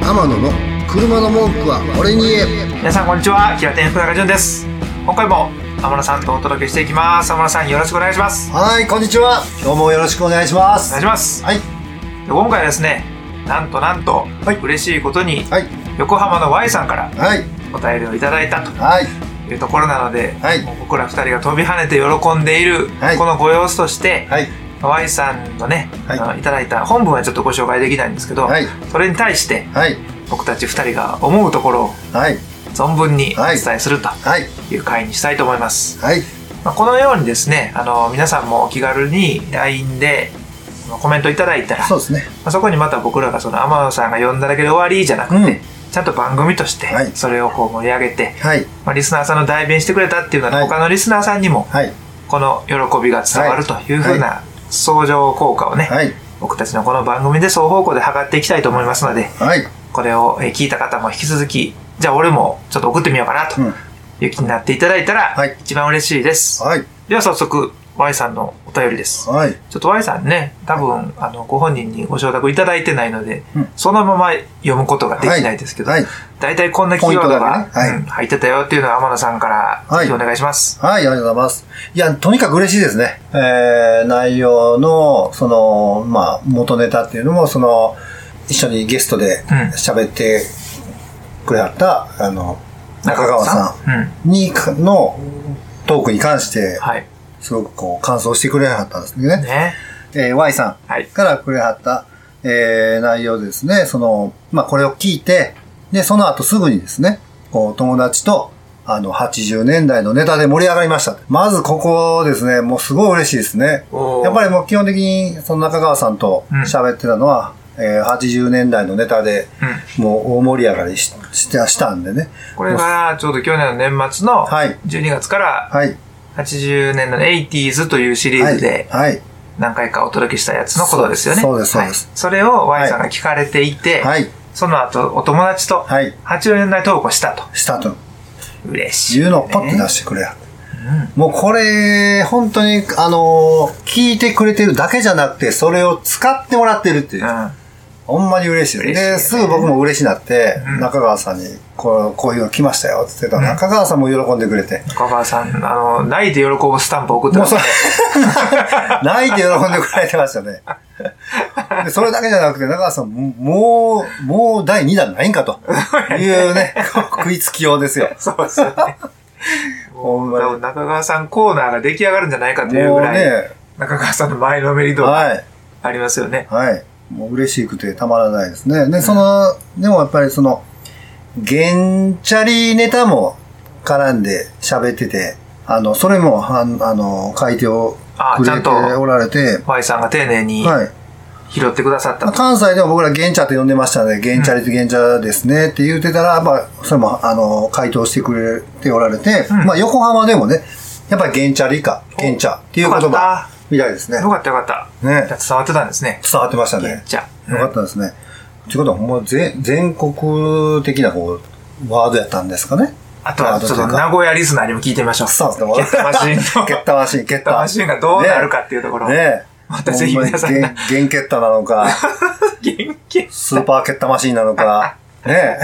天野の車の文句は俺に言え皆さんこんにちは平天福永潤です今回も天野さんとお届けしていきます天野さんよろしくお願いしますはい、こんにちは。今日もよろしくお願いしまおす。願いしますはい、で今回はですねなんとなんと、はい嬉しいことに、はい、横浜の Y さんからはい、お便りをいただいたとはい、いうところなので、はいもう僕ら二人が飛び跳ねて喜んでいる、はいこのご様子として、はい、 Y さんのね、はいあのいただいた本文はちょっとご紹介できないんですけど、はいそれに対してはい、僕たち二人が思うところをはい、存分におはい伝えするとはい、いう回にしたいと思います、はい、まあ、このようにですねあの皆さんもお気軽に LINE であのコメントいただいたらそうですね。まあそこにまた僕らがその天野さんが呼んだだけで終わりじゃなくて、うんちゃんと番組としてはいそれをこう盛り上げて、はい、まあ、リスナーさんの代弁してくれたっていうのは、はい他のリスナーさんにもはい、この喜びが伝わるというふうな相乗効果をね、はい、僕たちのこの番組で双方向で測っていきたいと思いますのではい、これをえー聞いた方も引き続きじゃあ俺もちょっと送ってみようかなとうん、いう気になっていただいたらはい一番嬉しいです、はい、では早速 Y さんのお便りですはい、ちょっと Y さんね多分あのご本人にご承諾いただいてないので、うんそのまま読むことができないですけど、はいはい大体こんなキーワードが、ポイントだねはいうん入ってたよっていうのは天野さんからはいぜひお願いします、はい、ありがとうございます。いや、とにかく嬉しいですね。えー、内容の、その、まあ、元ネタっていうのも、その、一緒にゲストでうん喋ってくれはった、あの、中川さん、んうんにか、のトークに関して、はいすごくこう、感想してくれはったんですね。ねえー Y さはいんからくれはった、えー内容ですね。その、まあ、これを聞いて、で、その後すぐにですね、こう、友達と、あの、80年代のネタで盛り上がりました。まずここですね、もうすごい嬉しいですね。おーやっぱりもう基本的に、その中川さんとうん喋ってたのは、えー80年代のネタで、もう大盛り上がりししてしたんでね。これがちょうど去年の年末のはい12月からはい。 80年の 80s というシリはーズい。ではい。何回かお届けしたやつのことですよね。そうですそうですはいそれを Y はいさんが聞かれていて、はいその後お友達とはい80年代投稿したと。したと。嬉しい、ね。いうのをパッて出してくれや。もうこれ、本当に、あのー聞いてくれてるだけじゃなくて、それを使ってもらってるっていう。うん。ほんまに嬉しいです。嬉しいねで、すぐ僕も嬉しいなって、うん中川さんにこう、こういうの来ましたよって言ってたら、中川さんも喜んでくれて。中川さん、あの、泣いて喜ぶスタンプ送ってもまうすそねれ。、 泣いて喜んでくれてましたね。でそれだけじゃなくて、中川さん、ももう、もう第2弾ないん かと。いうね、食いつきようですよ。そうですよね。ほんまに多分中川さんコーナーが出来上がるんじゃないかというもぐうらい、ね、中川さんの前のめり度がはい。ありますよね。はい。もう嬉しくてたまらないですね。で、その、でもやっぱりその、原チャリネタも絡んで喋ってて、あの、それも、はんあの、書いてをあくちゃれんてとおられて、 Y さんが丁寧にはい。拾ってくださったまあと。関西でも僕ら原チャって呼んでましたので、原チャリと原チャですねって言ってたら、まあ、それも、あの、回答してくれておられて、うんまあ、横浜でもね、やっぱり原チャリか、原チャっていう言よか葉っみたいですね。よかったよかった。ねじゃあ伝わってたんですね。伝わってました原ね。チャよかったですね。ということは、ほんま全、全国的なこう、ワードやったんですかね。あとは、ちょっと名古屋リスナーにも聞いてみましょう。そうですね。ゲッタマシンの。ゲッタマシン、ゲゲッタマシンがどうなるかっていうところ。ねえ。またぜひ皆さんほまがにゲンゲンケッタなのか、元気。スーパーケッタマシンなの か、ねえ。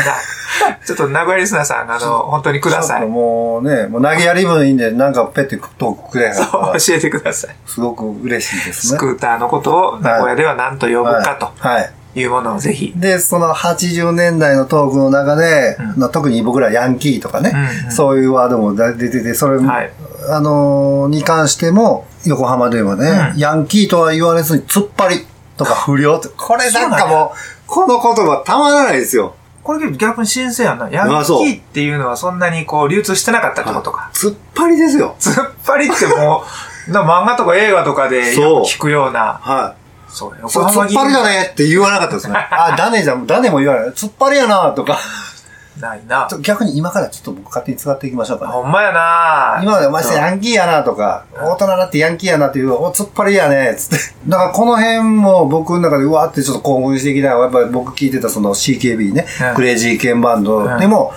ちょっと名古屋リスナーさん、あの、本当にくださちょっとい。もうね、もう投げやり分いいんで、なんかペッてトークくれへんかったら教えてください。すごく嬉しいですスね。クーターのことを名古屋では何と呼ぶかとはい。はいいうものをぜひ。で、その80年代のトークの中で、うんまあ特に僕らヤンキーとかね、うんうんそういうワードも出てて、それ、はいあのーに関しても、横浜でもね、うんヤンキーとは言われずに、突っ張りとか不良とか、これなんかもう、この言葉たまらないですよ。これ逆に新鮮やな。ヤンキあそうーっていうのはそんなにこう流通してなかったってことか。突っ張りですよ。つっぱりってもう、な漫画とか映画とかでそう聞くような。はい。そう、それ突っ張りだねって言わなかった ですね。あ、だねじゃん、だねも言わない。突っ張りやなとか。 ないなち。ょ逆に今からちょっと僕勝手に使っていきましょうかね。ほんまやな今までお前さヤンキーやなとか、大人だってヤンキーやなっていう、お、突っ張りやね、つって。 だからこの辺も僕の中でうわーってちょっと興奮してきたやっぱり僕聞いてたその CKB ね、うんクレイジーケンバンドでも、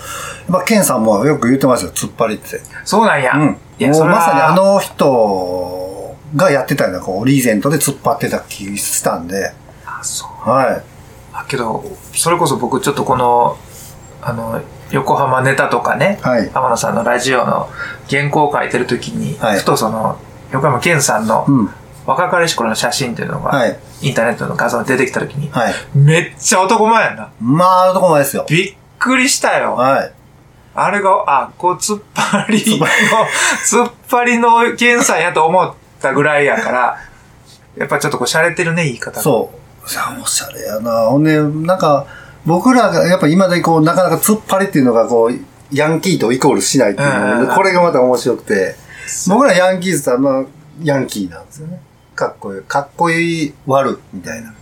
やっぱケンさんもよく言ってましたよ、突っ張りって。そうなんや。うん。もいや、そうれはまさにあ、の人がやってたような、こう、リーゼントで突っ張ってた気したんで、あそうはい。あけど、それこそ僕ちょっとこの、あの、横浜ネタとかね、はい天野さんのラジオの原稿を書いてる時に、はいふとその、横山健さんのうん。若かりし頃の写真っていうのが、はいインターネットの画像に出てきた時に、はい。めっちゃ男前やんな。まあ、あのとこまでですよ。びっくりしたよ。はい。あれが、あ、こう、突っ張りの、 突っ張りのケンさんやと思ったぐらいやから、やっぱちょっとこう、洒落てるね、言い方が。そう。さあ、おしゃれやな。ほんで、なんか、僕らが、やっぱ今でこう、なかなか突っ張りっていうのが、こう、ヤンキーとイコールしないっていううのんで、これがまた面白くて、僕らヤンキーズは、まあ、ヤンキーなんですよね。かっこいい、かっこいい、悪、みたいな。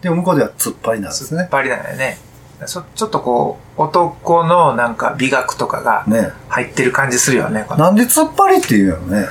でも、向こうでは突っ張りなんです突っね。張りなんだよね。そちょっとこう、男のなんか美学とかがね入ってる感じするよね。このなんで突っ張りっていうんやろね。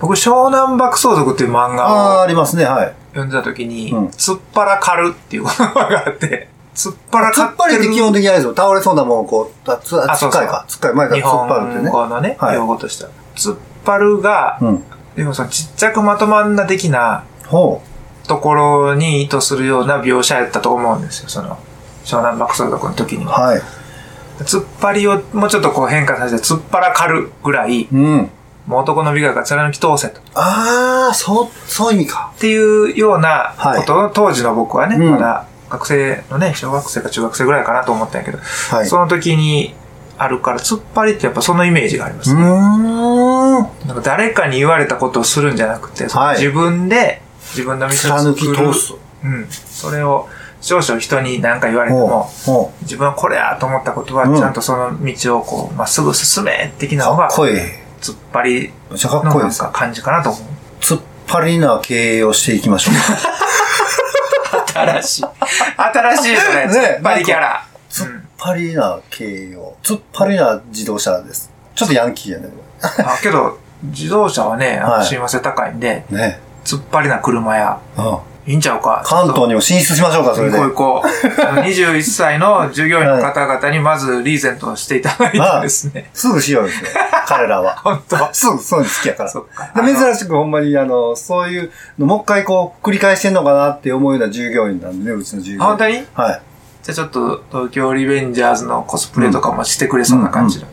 僕、湘南爆走族っていう漫ああー、画あをりますね、はい。読んでた時に、うん突っ腹狩るっていう言葉があって、突っ腹突狩っ張りっっててる基本的にあれですよ。倒れそうなものをこう、あつああつそうっそうかいか。つっかい前から日突っ張るっていう本ね。語のね、はい用語としては。突っ張るが、うん。でもそのちっちゃくまとまんな的なほところに意図するような描写やったと思うんですよ、その、湘南爆走族の時にう。は。はい。突っ張りをもうちょっとこう変化させて、突っ張らかるぐらい、うん。もう男の美学が貫き通せと。ああ、そう、そういう意味か。っていうようなはいことを、当時の僕はね、うんまだ学生のね、小学生か中学生ぐらいかなと思ったんやけど、はい。その時にあるから、突っ張りってやっぱそのイメージがあります。うーん。なんか誰かに言われたことをするんじゃなくて、そのはい自分で自分の道を貫き作る通す。うん。それを少々人に何か言われてほう。も、ほ自分はこれやと思ったことは、うんちゃんとその道をこう、まっすぐ進め的う。なのかがっ、こいい。突っ張りめっちゃかっのこいいなでんす。か感じかなと思う。突っ張りな経営をしていきま しょう。新しい。新しいですね。ね突っ張りキャラ。突っ張りな経営を。突っ張りな自動車です。ちょっとヤンキーやね。あけど、自動車はね、はい親和性高いんで、ね。突っ張りな車や、うん。いいんちゃうか。関東にも進出しましょうか、それで。行こう行こ う。あの21歳の従業員の方々にまずリーゼントをしていただいてですね。すぐしよう ですよ。彼らは。本当すぐ、そういうの好きやから。そっか。で珍しくほんまに、あの、そういうの、もう一回こう、繰り返してんのかなって思うような従業員なんでね、うちの従業員。あ本当にはい。じゃあちょっと東京リベンジャーズのコスプレとかもしてくれそうな感じだ。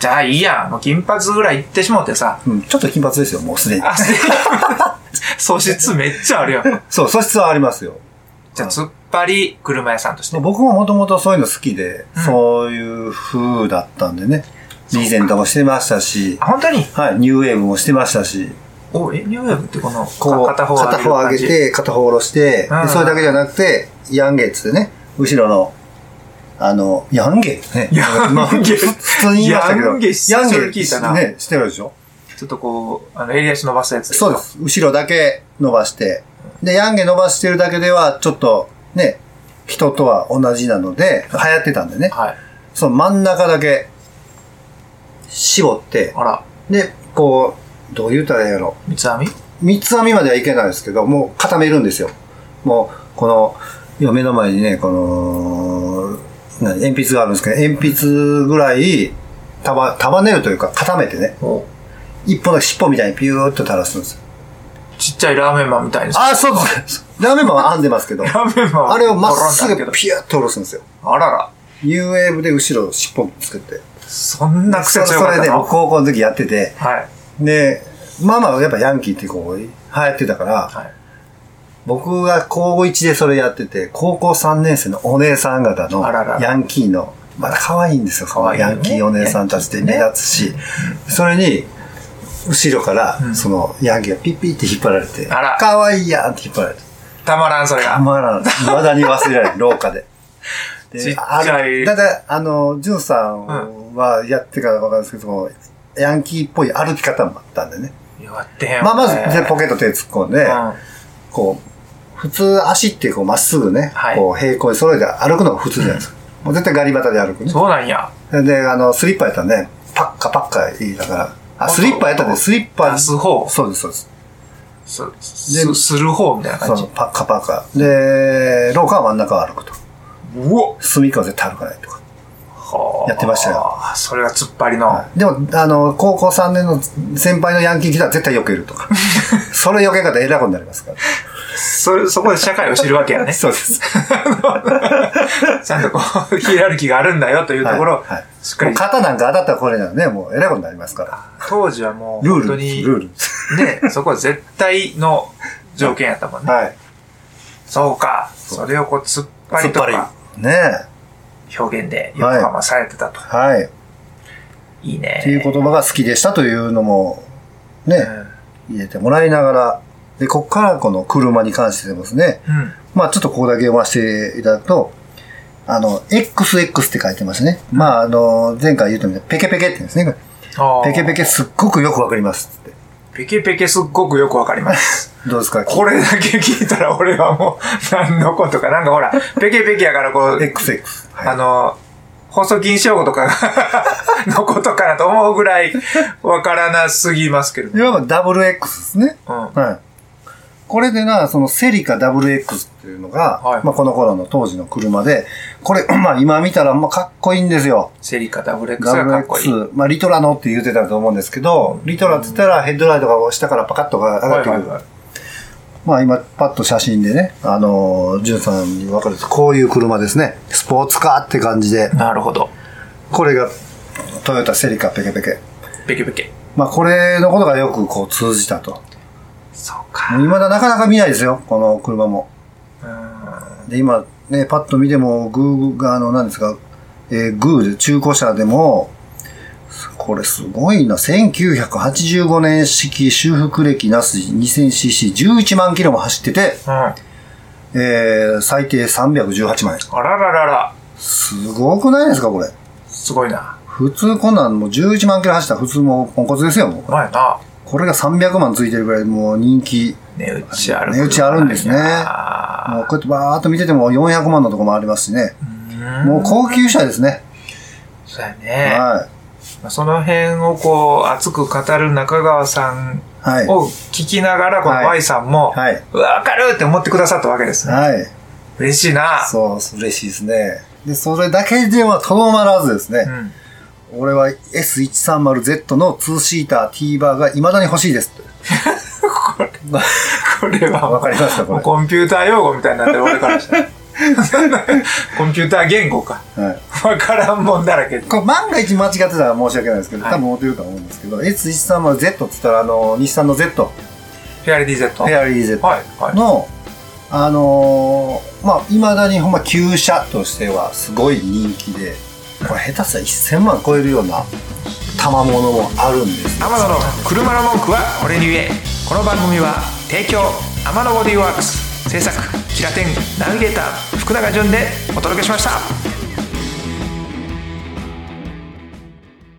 じゃあいいやん。もう金髪ぐらい行ってしもうてさ。うん、ちょっと金髪ですよ、もうすでに。あ、す 素質めっちゃあるよ。そう、素質はありますよ。じゃあ突っ張り車屋さんとして。僕ももともとそういうの好きで、うんそういう風だったんでね。リーゼントもしてましたしあ、、本当にはい、ニューウェーブもしてましたし、お、え、ニューヨークってこの、こう、片方片方上げるて、片方下ろして、うんでそれだけじゃなくて、ヤンゲーっつってね、後ろの、あの、ヤンゲーね。ヤンゲーまあ普通に言いましたけど。ヤンゲー久しぶりに聞いたなヤンゲーね、してるでしょ感じ。ちょっとこう、あの、襟足伸ばすやつ。そうで。す。後ろだけ伸ばして。で、ヤンゲ伸ばしてるだけでは、ちょっとね、人とは同じなので、流行ってたんでね。はい。その真ん中だけ、絞って、あら、で、こう、どう言うたらええやろ。三つ編み三つ編みまではいけないですけど、もう固めるんですよ。もう、この、今目の前にね、この、何鉛筆があるんですけど、鉛筆ぐらい束、束ねるというか、固めてね、お一本だけ尻尾みたいにピューっと垂らすんですよ。ちっちゃいラーメンマンみたいです。あ、そうです。ラーメンマンは編んでますけど、ラーメンマンはあれをまっすぐ転んだけピューっと下ろすんですよ。どあらら。 U ウェーブで後ろ尻尾作って。そんなそ癖れ強かったでの僕高校の時やってて、はい。で、まあまあやっぱヤンキーってこう、流行ってたから、はい。僕が高1でそれやってて、高校3年生のお姉さん方のあららヤンキーの、まだ可愛いんですよ、可愛い。可ヤ愛いよンねキーお姉さんたちで目立つし、それに、後ろから、んそのヤンキーがピッピッって引っ張られて、あら可愛いやんって引っ張られて、たまらん、それたが。まらん。未だに忘れられる、廊下で。ちっちあゃいるただ、あの、ジュンさんはやってからわかるんですけど、ヤンキーっぽい歩き方もあったんでね。弱ってへんわまあ、まず、ねでポケット手突っ込んで、うん。こう、普通足ってこうまっすぐね、はいこう平行に揃えて歩くのが普通じゃないですか。もう絶対ガリバタで歩くね。そうなんや。で、あの、スリッパやったらね、パッカパッカ言いながら、あ、音スリッパやったらね、スリッパ出す方そうです、そうです。す、す、する方みたいなそ感じの。パッカパッカ。で、廊下は真ん中を歩くと。うお隅っこは絶対歩かないとか。はあやってましたよ。あそれが突っ張りの。でも、あの、高校3年の先輩のヤンキー来たら絶対避けるとか。それ避け方偉いことになりますから。そ、そこで社会を知るわけや ね。そうです。ちゃんとこう、ヒエラルキーがあるんだよというところをはいはい、しっかもうり。肩なんか当たったらこれならね、もうえらいことになりますから。当時はもう、ルー本当ルにです、、ルール。ね、そこは絶対の条件やったもんね。はい。そうか。それをこう、突っ張りとかねえ。表現で横浜されてたと。はい。っい、いね。ていう言葉が好きでしたというのも、ね、入れてもらいながら、で、こっからこの車に関してですね、うん。うん。まあちょっとここだけ読ませていただくと、あの、XX って書いてますね。まああの、前回言ったみたいにペケペケって言うんですね。あーペケペケすっごくよくわかりますって。ペケペケすっごくよくわかります。 どうですかこれだけ聞いたら俺はもう何のことか。なんかほら、ペケペケやからこう、 ?XX。はいあの、放送禁止用語とか のことかなと思うぐらいわからなすぎますけど。いわばダブル X ですね。うん。ははい。これでな、そのセリカ WX っていうのが、はいまあこの頃の当時の車で、これ、 まあ今見たらまあかっこいいんですよ。い。セリカ WX がかっこいい。 WX、まあリトラのって言ってたと思うんですけど、リトラって言ったらヘッドライトが下からパカッとが上がってくる。はいはいはいまあ今パッと写真でね、あのー、ジュンさんに分かると、こういう車ですね。スポーツカーって感じで、なるほど。これがトヨタセリカペケペケ。ペケペケ。まあこれのことがよくこう通じたと。そうか。未だなかなか見ないですよ、この車も。で、今ね、パッと見ても、グーが、あの、なんですか、えーグーで、中古車でも、これすごいな、1985年式修復歴なす 2000cc11 万キロも走ってて、うん。あえー最低318万円。らららら。すごくないですか、これ。すごいな。普通こんなんもう11万キロ走ったら普通もうポンコツですよ、もう。うまいな。これが300万ついてるぐらいもう人気値打ちある。値打ちあるんですねあもうこうやってバーっと見てても400万のとこもありますしね。もう高級車ですね。ーそうやね。はまあその辺をこう、熱く語る中川さんい。はい。を聞きながら、このはい Y さんも、はいうわ、わかるって思ってくださったわけですね。はい。嬉しいな。そう、嬉しいですね。で、それだけではとどまらずですうね。ん。俺は S130Z の2シーター T バーが未だに欲しいです。これ、これは、わかりますかこれもうコンピューター用語みたいになってる俺か らしたら。コンピューター言語か。はい。わからんもんだらけ。これ万が一間違ってたら申し訳ないですけど、はい多分持てると思うんですけど、S130Z って言ったら、あの、日産の Z、フェアリティフ Z。ェアリー Z はい、はい。の、あのーまあ、いまだにほんま旧車としてはすごい人気で、これ下手したら1000万超えるような賜物もあるんです。天野の車の文句は俺に言えこの番組は提供天野ボディーワークス制作キラテンナビゲーター福永潤でお届けしました